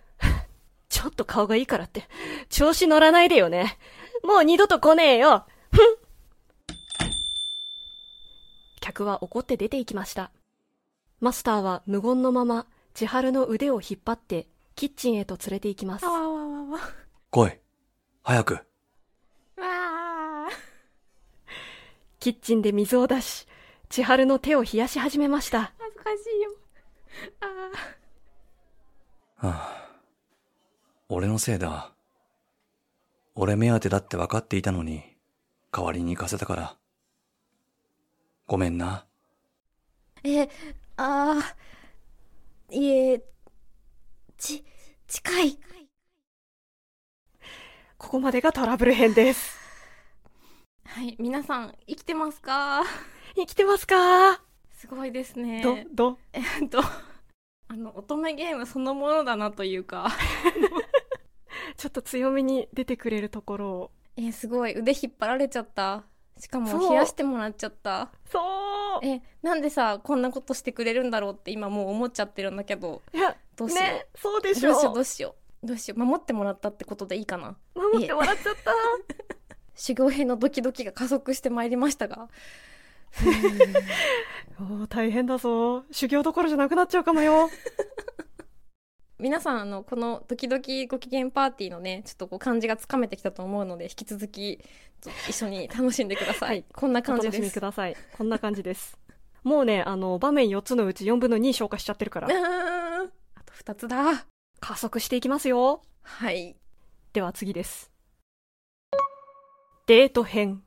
Speaker 2: ちょっと顔がいいからって、調子乗らないでよね。もう二度と来ねえよふん客は怒って出て行きました。マスターは無言のまま、千春の腕を引っ張って、キッチンへと連れて行きます
Speaker 3: あ。わわわわ
Speaker 4: 来い。早く。
Speaker 3: わ
Speaker 2: キッチンで水を出し、千春の手を冷やし始めました。
Speaker 3: 恥ずかしいよあ
Speaker 4: はあ、俺のせいだ。俺目当てだって分かっていたのに、代わりに行かせたから。ごめんな。
Speaker 3: えあーいえち近い
Speaker 2: ここまでがトラブル編です。
Speaker 3: はい皆さん生きてますか
Speaker 2: 生きてますか
Speaker 3: すごいですね
Speaker 2: ど、ど、
Speaker 3: えっとあの乙女ゲームそのものだなというか
Speaker 2: ちょっと強めに出てくれるところを。
Speaker 3: えーすごい腕引っ張られちゃったしかも
Speaker 2: そう
Speaker 3: 冷やしてもらっちゃった
Speaker 2: そう
Speaker 3: えなんでさこんなことしてくれるんだろうって今もう思っちゃってるんだけど
Speaker 2: いや、
Speaker 3: どうしよう、
Speaker 2: ね、そうでし
Speaker 3: どうしよ
Speaker 2: ょ
Speaker 3: うどうしようどうしよう守ってもらったってことでいいかな
Speaker 2: 守ってもらっちゃった。
Speaker 3: 修行編のドキドキが加速してまいりましたが
Speaker 2: おー大変だぞ。修行どころじゃなくなっちゃうかも よ。
Speaker 3: 皆さんあのこのドキドキご機嫌パーティーのねちょっとこう感じがつかめてきたと思うので引き続きちょっと一緒に楽しんでください、
Speaker 2: はい
Speaker 3: こんな
Speaker 2: お
Speaker 3: 感じ
Speaker 2: 楽
Speaker 3: で
Speaker 2: しみ
Speaker 3: す
Speaker 2: ください。こんな感じです。もうね、あの、場面4つのうち4分の2消化しちゃってるから
Speaker 3: う、ーんあと2つだ
Speaker 2: 加速していきますよ。
Speaker 3: はい
Speaker 2: では次です。デート編。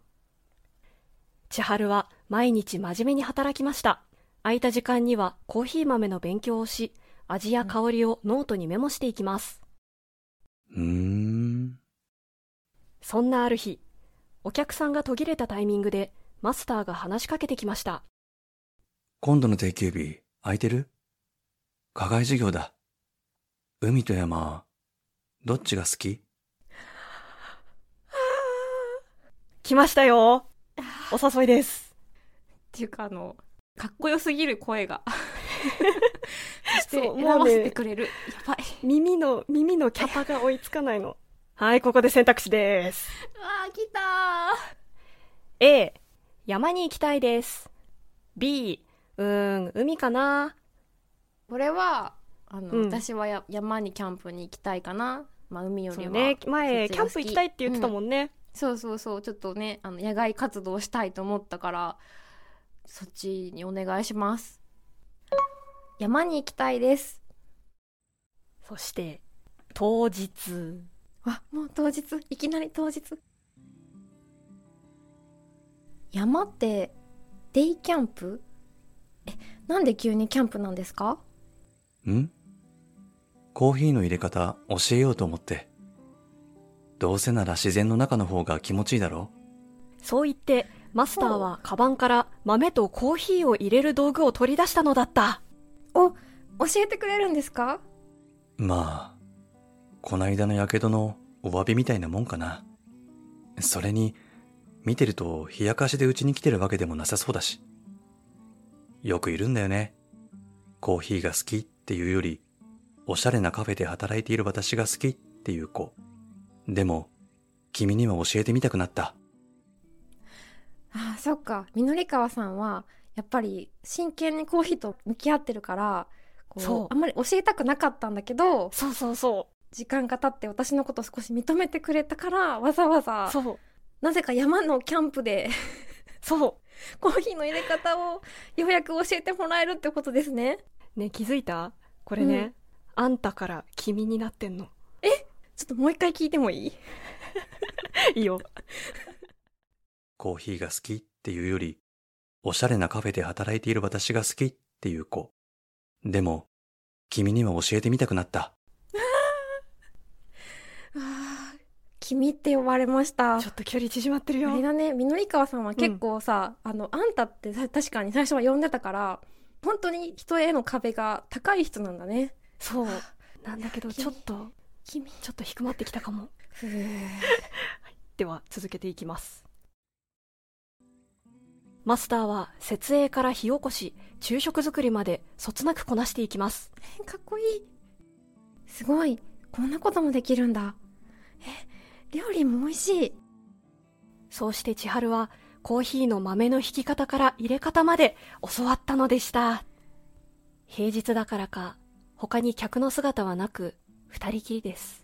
Speaker 2: 千春は毎日真面目に働きました。空いた時間にはコーヒー豆の勉強をし、味や香りをノートにメモしていきます。
Speaker 4: うーん。
Speaker 2: そんなある日、お客さんが途切れたタイミングでマスターが話しかけてきました。
Speaker 4: 今度の定休日、空いてる課外授業だ。海と山、どっちが好き
Speaker 2: 来ましたよお誘いです
Speaker 3: っていうかあのかっこよすぎる声がそして
Speaker 2: そう
Speaker 3: 選
Speaker 2: もうね
Speaker 3: ばせてくれる、やばい
Speaker 2: 耳の、耳のキャパが追いつかないの。はい、ここで選択肢です。
Speaker 3: あー来た
Speaker 2: A、山に行きたいです。B、うーん、海かな。
Speaker 3: これはあの、
Speaker 2: うん
Speaker 3: 私はや山にキャンプに行きたいかなまあ海より
Speaker 2: そ
Speaker 3: は
Speaker 2: うね、前、キ
Speaker 3: そっちが
Speaker 2: ャ
Speaker 3: 好
Speaker 2: ン
Speaker 3: き
Speaker 2: プ行きたいって言ってたもんね。
Speaker 3: そうそうそうちょっとねあの野外活動したいと思ったからそっちにお願いします山に行きたいです
Speaker 2: そして、当日。
Speaker 3: わもう当日いきなり当日山ってデイキャンプえなんで急にキャンプなんですか
Speaker 4: んコーヒーの入れ方教えようと思って。どうせなら自然の中の方が気持ちいいだろ
Speaker 2: そう言って、マスターはカバンから豆とコーヒーを入れる道具を取り出したのだった。
Speaker 3: 教えてくれるんですか
Speaker 4: まあ、こないだのやけどのお詫びみたいなもんかな。それに、見てると冷やかしでうちに来てるわけでもなさそうだし。よくいるんだよね。コーヒーが好きっていうより、おしゃれなカフェで働いている私が好きっていう子。でも、君には教えてみたくなった。
Speaker 3: ああそっか緑川さんはやっぱり真剣にコーヒーと向き合ってるからこう
Speaker 2: そう
Speaker 3: あんまり教えたくなかったんだけど
Speaker 2: そうそうそ
Speaker 3: 時間が経って私のことを少し認めてくれたからわざわ
Speaker 2: う。
Speaker 3: ざ
Speaker 2: そう。
Speaker 3: なぜか山のキャンプで
Speaker 2: そ
Speaker 3: コーヒーの入れ方をようやく教えてもらえるってことですね
Speaker 2: う。ね、気づいたこれね、あんたから君になってんの。
Speaker 3: ちょっともう一回聞いてもいい
Speaker 2: いいよ。
Speaker 4: コーヒーが好きっていうより、おしゃれなカフェで働いている私が好きっていう子。でも、君には教えてみたくなった。
Speaker 3: あー君って呼ばれました
Speaker 2: ちょっと距離縮まってるよ
Speaker 3: あ。れだね緑川さんは結構さ、あのあんたってさ確かに最初は呼んでたから本当に人への壁が高い人なんだね
Speaker 2: そう。なんだけど、
Speaker 3: 君
Speaker 2: ちょっと、
Speaker 3: 君
Speaker 2: ちょっと低まってきたかも。
Speaker 3: ふー
Speaker 2: では、続けていきます。マスターは、設営から火起こし、昼食作りまで、そつなくこなしていきます。
Speaker 3: かっこいいすごいこんなこともできるんだえ料理も美味しい
Speaker 2: そうして千春は、コーヒーの豆の引き方から入れ方まで教わったのでした。平日だからか、他に客の姿はなく、二人きりです。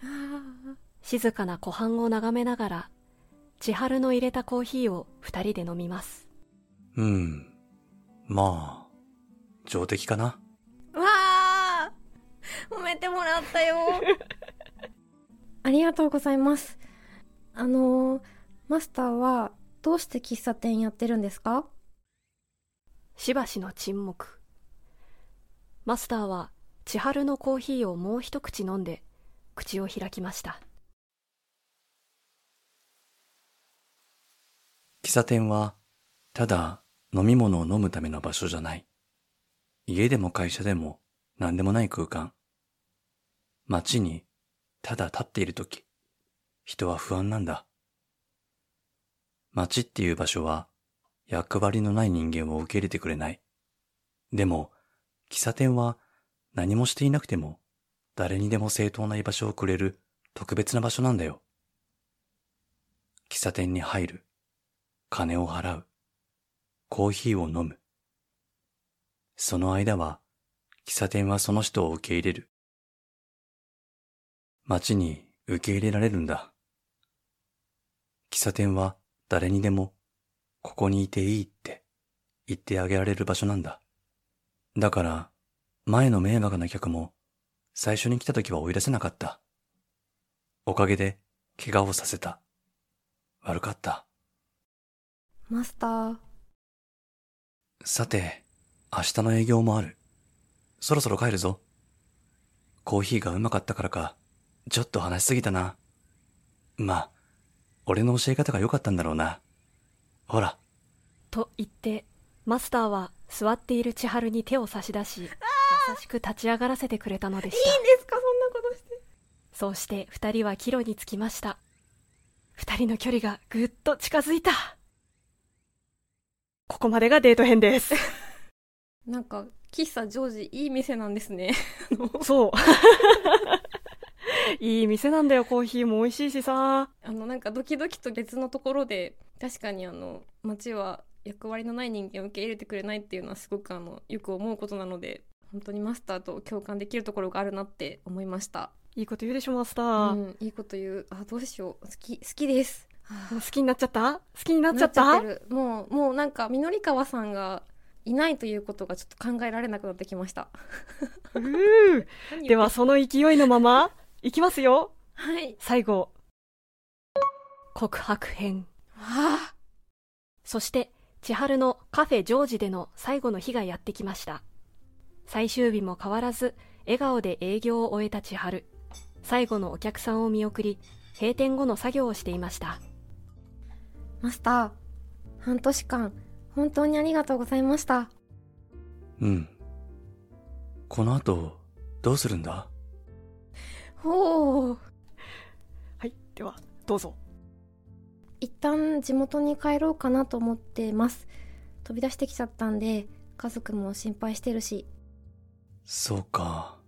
Speaker 3: あー
Speaker 2: 静かな湖畔を眺めながら、千春の入れたコーヒーを二人で飲みます。
Speaker 4: うん。まあ、上出来かな。
Speaker 3: わあ褒めてもらった よありがとうございますあのーマスターはどうして喫茶店やってるんですか
Speaker 2: しばしの沈黙マスターは千春のコーヒーをもう一口飲んで口を開きました
Speaker 4: 喫茶店は、ただ飲み物を飲むための場所じゃない。家でも会社でも何でもない空間。街に、ただ立っているとき、人は不安なんだ。街っていう場所は、役割のない人間を受け入れてくれない。でも、喫茶店は何もしていなくても、誰にでも正当な居場所をくれる特別な場所なんだよ。喫茶店に入る。金を払う。コーヒーを飲む。その間は、喫茶店はその人を受け入れる。街に受け入れられるんだ。喫茶店は誰にでも、ここにいていいって言ってあげられる場所なんだ。だから、前の迷惑な客も、最初に来た時は追い出せなかった。おかげで、怪我をさせた。悪かった。
Speaker 3: マスター
Speaker 4: さて、明日の営業もある。そろそろ帰るぞ。コーヒーがうまかったからか、ちょっと話しすぎたな。まあ、俺の教え方が良かったんだろうな。ほら、
Speaker 2: と言ってマスターは座っている千春に手を差し出し優しく立ち上がらせてくれたのでしたいいんですかそんなことしてそうして二人は帰路に着きました二人の距離がぐっと近づいたここまでがデート編です
Speaker 3: なんか喫茶ジョージいい店なんですね
Speaker 2: そう いい店なんだよコーヒーも美味しいしさ
Speaker 3: あのなんかドキドキと別のところで確かにあの街は役割のない人間を受け入れてくれないっていうのはすごくあのよく思うことなので本当にマスターと共感できるところがあるなって思いました
Speaker 2: いいこと言うでしょマスタ
Speaker 3: う
Speaker 2: ー、
Speaker 3: んいいこと言うあどうしよう好き好きです
Speaker 2: 好きになっちゃった好きになっちゃった
Speaker 3: なてるもうもうなんかみのりかわさんがいないということがちょっと考えられなくなってきました
Speaker 2: うー ではその勢いのままいきますよ
Speaker 3: はい
Speaker 2: 最後告白編
Speaker 3: わあ
Speaker 2: そして千春のカフェジョージでの最後の日がやってきました最終日も変わらず笑顔で営業を終えた千春最後のお客さんを見送り閉店後の作業をしていました
Speaker 3: マスター半年間本当にありがとうございました
Speaker 4: うん。この後、どうするんだ
Speaker 3: ほう
Speaker 2: はいではどうぞ
Speaker 3: 一旦地元に帰ろうかなと思ってます飛び出してきちゃったんで家族も心配してるし
Speaker 4: そうか。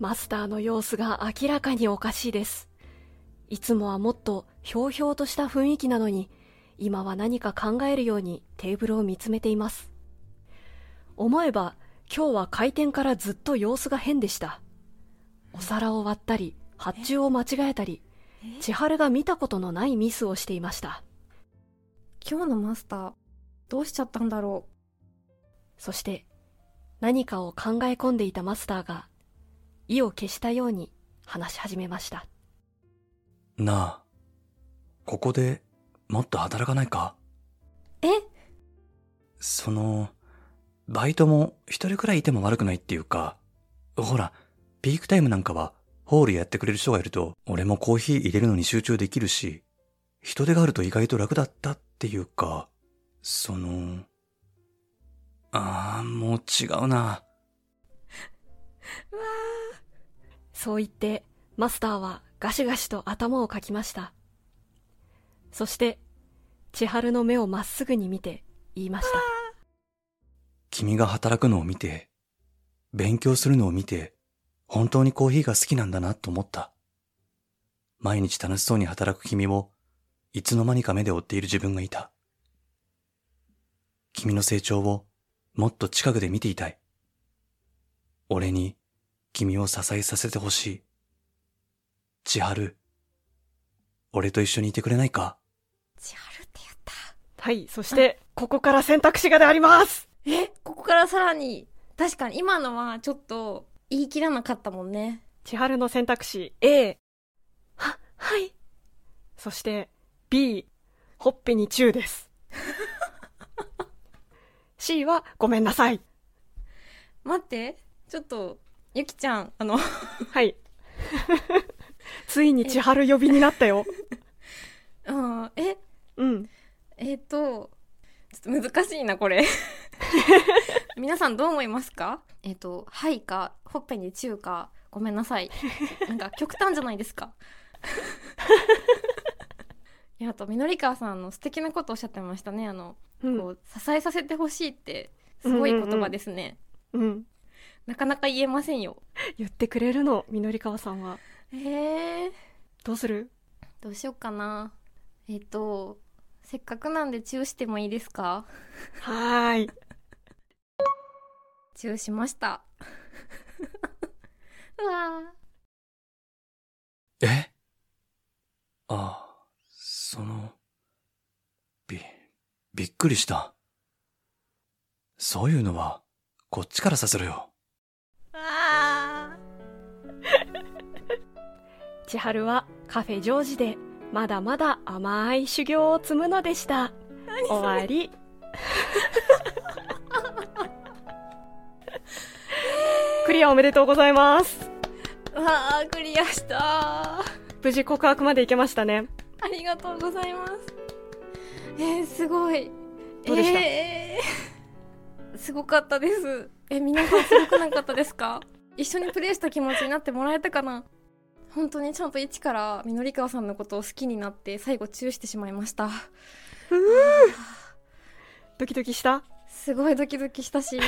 Speaker 2: マスターの様子が明らかにおかしいですいつもはもっとひょうひょうとした雰囲気なのに今は何か考えるようにテーブルを見つめています思えば今日は開店からずっと様子が変でしたお皿を割ったり発注を間違えたり千春が見たことのないミスをしていました
Speaker 3: 今日のマスターどうしちゃったんだろ
Speaker 2: そして何かを考え込んでいたマスターが意を消したように話し始めました
Speaker 4: なあ、ここでもっと働かないか
Speaker 3: え
Speaker 4: その、バイトも一人くらいいても悪くないっていうか、ほら、ピークタイムなんかはホールやってくれる人がいると、俺もコーヒー入れるのに集中できるし、人手があると意外と楽だったっていうか、その、ああ、もう違うな。
Speaker 2: そう言って、マスターはガシガシと頭をかきました。そして、千春の目をまっすぐに見て言いました。
Speaker 4: 君が働くのを見て、勉強するのを見て、本当にコーヒーが好きなんだなと思った。毎日楽しそうに働く君を、いつの間にか目で追っている自分がいた。君の成長をもっと近くで見ていたい。俺に君を支えさせてほしい。千春、俺と一緒にいてくれないか
Speaker 3: 千春ってやった
Speaker 2: はい、そして、ここから選択肢がであります
Speaker 3: えここからさらに確かに今のはちょっと言い切らなかったもんね
Speaker 2: 千春の選択肢 A。は、はい。そして、B。ほっぺにチュー です。C は、ごめんなさい。
Speaker 3: 待ってちょっとゆきちゃんあ の
Speaker 2: はい。ついに千春呼びになったよ。
Speaker 3: うんえ
Speaker 2: うん。
Speaker 3: えっ、とちょっと難しいな これ皆さんどう思いますかえっ、と「はい」か「ほっぺにチュー」か「ごめんなさい」なんか極端じゃないで すかいやあとみのりかわさんあの素敵なことおっしゃってましたねあの、
Speaker 2: うん
Speaker 3: こう支えさせてほしいってすごい言葉ですね、
Speaker 2: うん。
Speaker 3: なかなか言えませんよ
Speaker 2: 言ってくれるの、みのりかわさんは。
Speaker 3: えー、
Speaker 2: どうする
Speaker 3: どうしようかなえっ、とせっかくなんでチューしてもいいですか
Speaker 2: はーい。
Speaker 3: チューしましたうわー
Speaker 4: えあ、その、び、びっくりした。そういうのは、こっちからさせろよ。
Speaker 2: 千春はカフェジョージでまだまだ甘い修行を積むのでした。終わり。 クリアおめでとうございます。
Speaker 3: うわークリアした
Speaker 2: 無事告白まで行けましたね。
Speaker 3: ありがとうございます。えー、すごい。
Speaker 2: どうでした
Speaker 3: えーすごかったです。え、皆さんすごくなかったですか一緒にプレイした気持ちになってもらえたかな本当にちゃんと一からみのりかわさんのことを好きになって最後チューしてしまいました。
Speaker 2: ドキドキした
Speaker 3: すごいドキドキした し、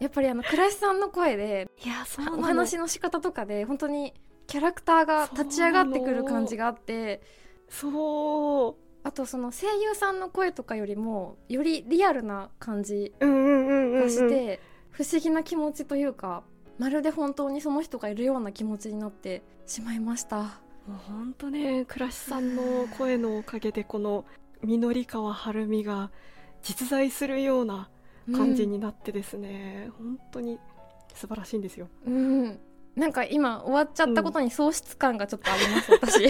Speaker 3: やっぱりあの、倉石さんの声で、
Speaker 2: いや、そ
Speaker 3: お話の仕方とかで本当にキャラクターが立ち上がってくる感じがあって、
Speaker 2: そう。
Speaker 3: あとその声優さんの声とかよりもよりリアルな感じ
Speaker 2: うんうんうんうん、う
Speaker 3: が
Speaker 2: ん。
Speaker 3: して、不思議な気持ちというかまるで本当にその人がいるような気持ちになってしまいました
Speaker 2: もうほんとね倉石さんの声のおかげでこの緑川晴美が実在するような感じになってですね、本当に素晴らしいんですよ
Speaker 3: うん、うんなんか今終わっちゃったことに喪失感がちょっとあります、 私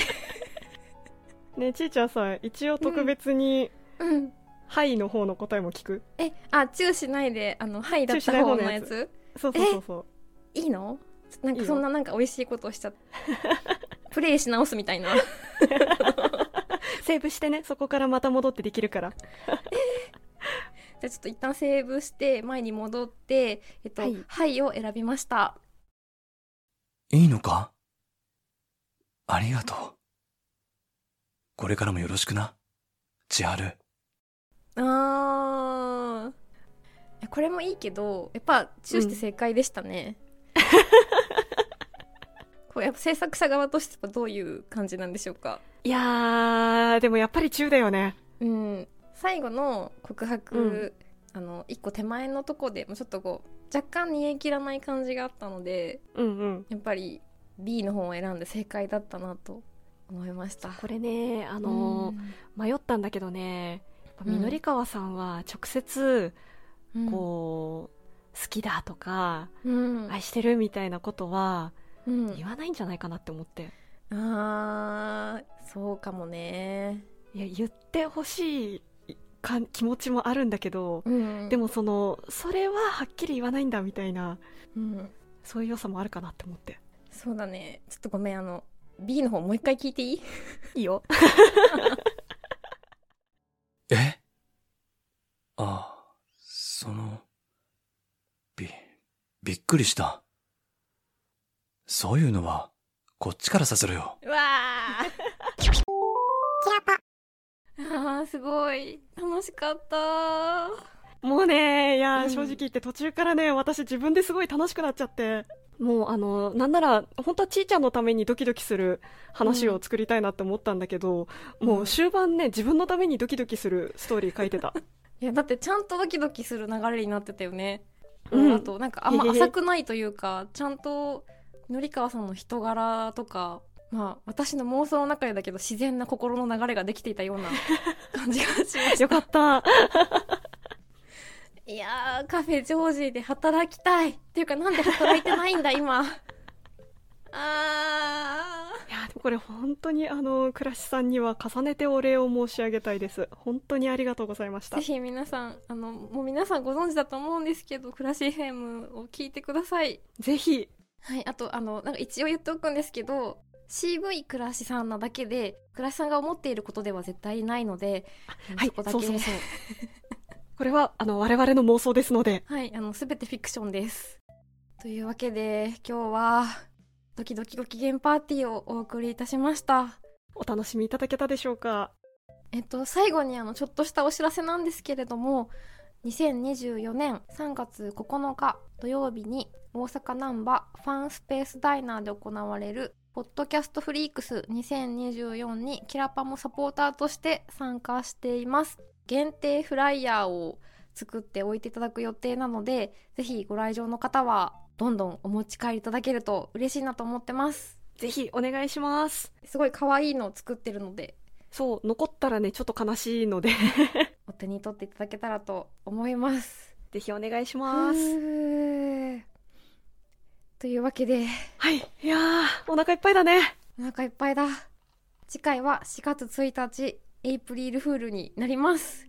Speaker 2: ねちーちゃんさ一応特別に
Speaker 3: うん
Speaker 2: 「はい」の方の答えも聞く、
Speaker 3: えあチューしないであのはいだった方のやつ
Speaker 2: チューしなそうそうそうそう
Speaker 3: いいのなん
Speaker 2: いい
Speaker 3: か
Speaker 2: よ
Speaker 3: そんななんか美味しいことをしちゃって プレイし直すみたいな
Speaker 2: セーブしてねそこからまた戻ってできるから
Speaker 3: じゃあちょっと一旦セーブして前に戻ってえっと、は
Speaker 2: はいい、
Speaker 3: を選びました。
Speaker 4: いいのかありがとう。これからもよろしくな。千春。
Speaker 3: あーえこれもいいけどやっぱチューして正解でしたね。 こうやっぱ制作者側としてはどういう感じなんでしょうか。
Speaker 2: いやーでもやっぱり中だよね
Speaker 3: うん、最後の告白、あの一個手前のとこでもうちょっとこう若干煮え切らない感じがあったので
Speaker 2: うんうん
Speaker 3: やっぱり B の方を選んで正解だったなと思いました。
Speaker 2: これねあのー迷ったんだけどねやっぱ
Speaker 3: うん
Speaker 2: 緑川さんは直接
Speaker 3: うん
Speaker 2: こう、好きだとか
Speaker 3: うん
Speaker 2: 愛してるみたいなことは
Speaker 3: うん
Speaker 2: 言わないんじゃないかなって思って
Speaker 3: あーそうかもね、
Speaker 2: いや言ってほしいか気持ちもあるんだけど、
Speaker 3: うん
Speaker 2: でもそのそれははっきり言わないんだみたいな
Speaker 3: うん、
Speaker 2: そういう良さもあるかなって思って
Speaker 3: そうだねちょっとごめんあの B の方もう一回聞いていい
Speaker 2: いいよ
Speaker 4: えあ、その、び、びっくりした。そういうのは、こっちからさせろよ。
Speaker 3: うわあ あーすごい楽しかったー
Speaker 2: もうねいやー、
Speaker 3: うん
Speaker 2: 正直言って途中からね私自分ですごい楽しくなっちゃってもうあのなんなら本当はちーちゃんのためにドキドキする話を作りたいなって思ったんだけど、もう終盤ね自分のためにドキドキするストーリー書いて た
Speaker 3: いやだってちゃんとドキドキする流れになってたよね、
Speaker 2: うん
Speaker 3: あとなんかあんま浅くないというかちゃんとのりかわさんの人柄とかまあ私の妄想の中でだけど自然な心の流れができていたような感じがしました
Speaker 2: よかった。
Speaker 3: いやーカフェジョージで働きたいっていうかなんで働いてないん だ今あ
Speaker 2: いや、でもこれ本当にあの、倉石さんには重ねてお礼を申し上げたいです。本当にありがとうございまし
Speaker 3: ー
Speaker 2: た
Speaker 3: ぜ。ひ皆さんあのもう皆さんご存知だと思うんですけど「クラシーヘム」を聞いてください
Speaker 2: ぜひ。
Speaker 3: はいあとあのなんか一応言っておくんですけど CV 倉橋さんなだけで倉橋さんが思っていることでは絶対ないので、
Speaker 2: はい
Speaker 3: そこだけ
Speaker 2: そうそう そうこれは、あの、我々の妄想ですので。
Speaker 3: はい、あの、すべてフィクションです。というわけで、今日は、ドキドキご機嫌パーティーをお送りいたしました。
Speaker 2: お楽しみいただけたでしょうか
Speaker 3: えっと、最後にあの、ちょっとしたお知らせなんですけれども、2024年3月9日土曜日に、大阪難波ファンスペースダイナーで行われる、ポッドキャストフリークス2024にキラパもサポーターとして参加しています。限定フライヤーを作っておいていただく予定なのでぜひご来場の方はどんどんお持ち帰りいただけると嬉しいなと思ってます
Speaker 2: ぜひお願いします。
Speaker 3: すごい可愛いのを作ってるので
Speaker 2: そう、残ったらね、ちょっと悲しいので、
Speaker 3: お手に取っていただけたらと思います
Speaker 2: ぜひお願いします。
Speaker 3: ふーというわけで
Speaker 2: はい。いやー、お腹いっぱいだね。
Speaker 3: お腹いっぱいだ次回は4月1日エイプリルフールになります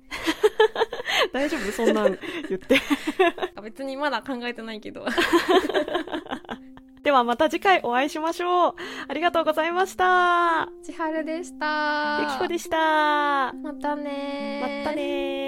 Speaker 2: 大丈夫そんなん言 って。
Speaker 3: あ 別にまだ考えてないけど
Speaker 2: ではまた次回お会いしましょう。ありがとうございました。
Speaker 3: 千春でし
Speaker 2: ゆき
Speaker 3: た
Speaker 2: こでした。ま
Speaker 3: またねー
Speaker 2: たねー。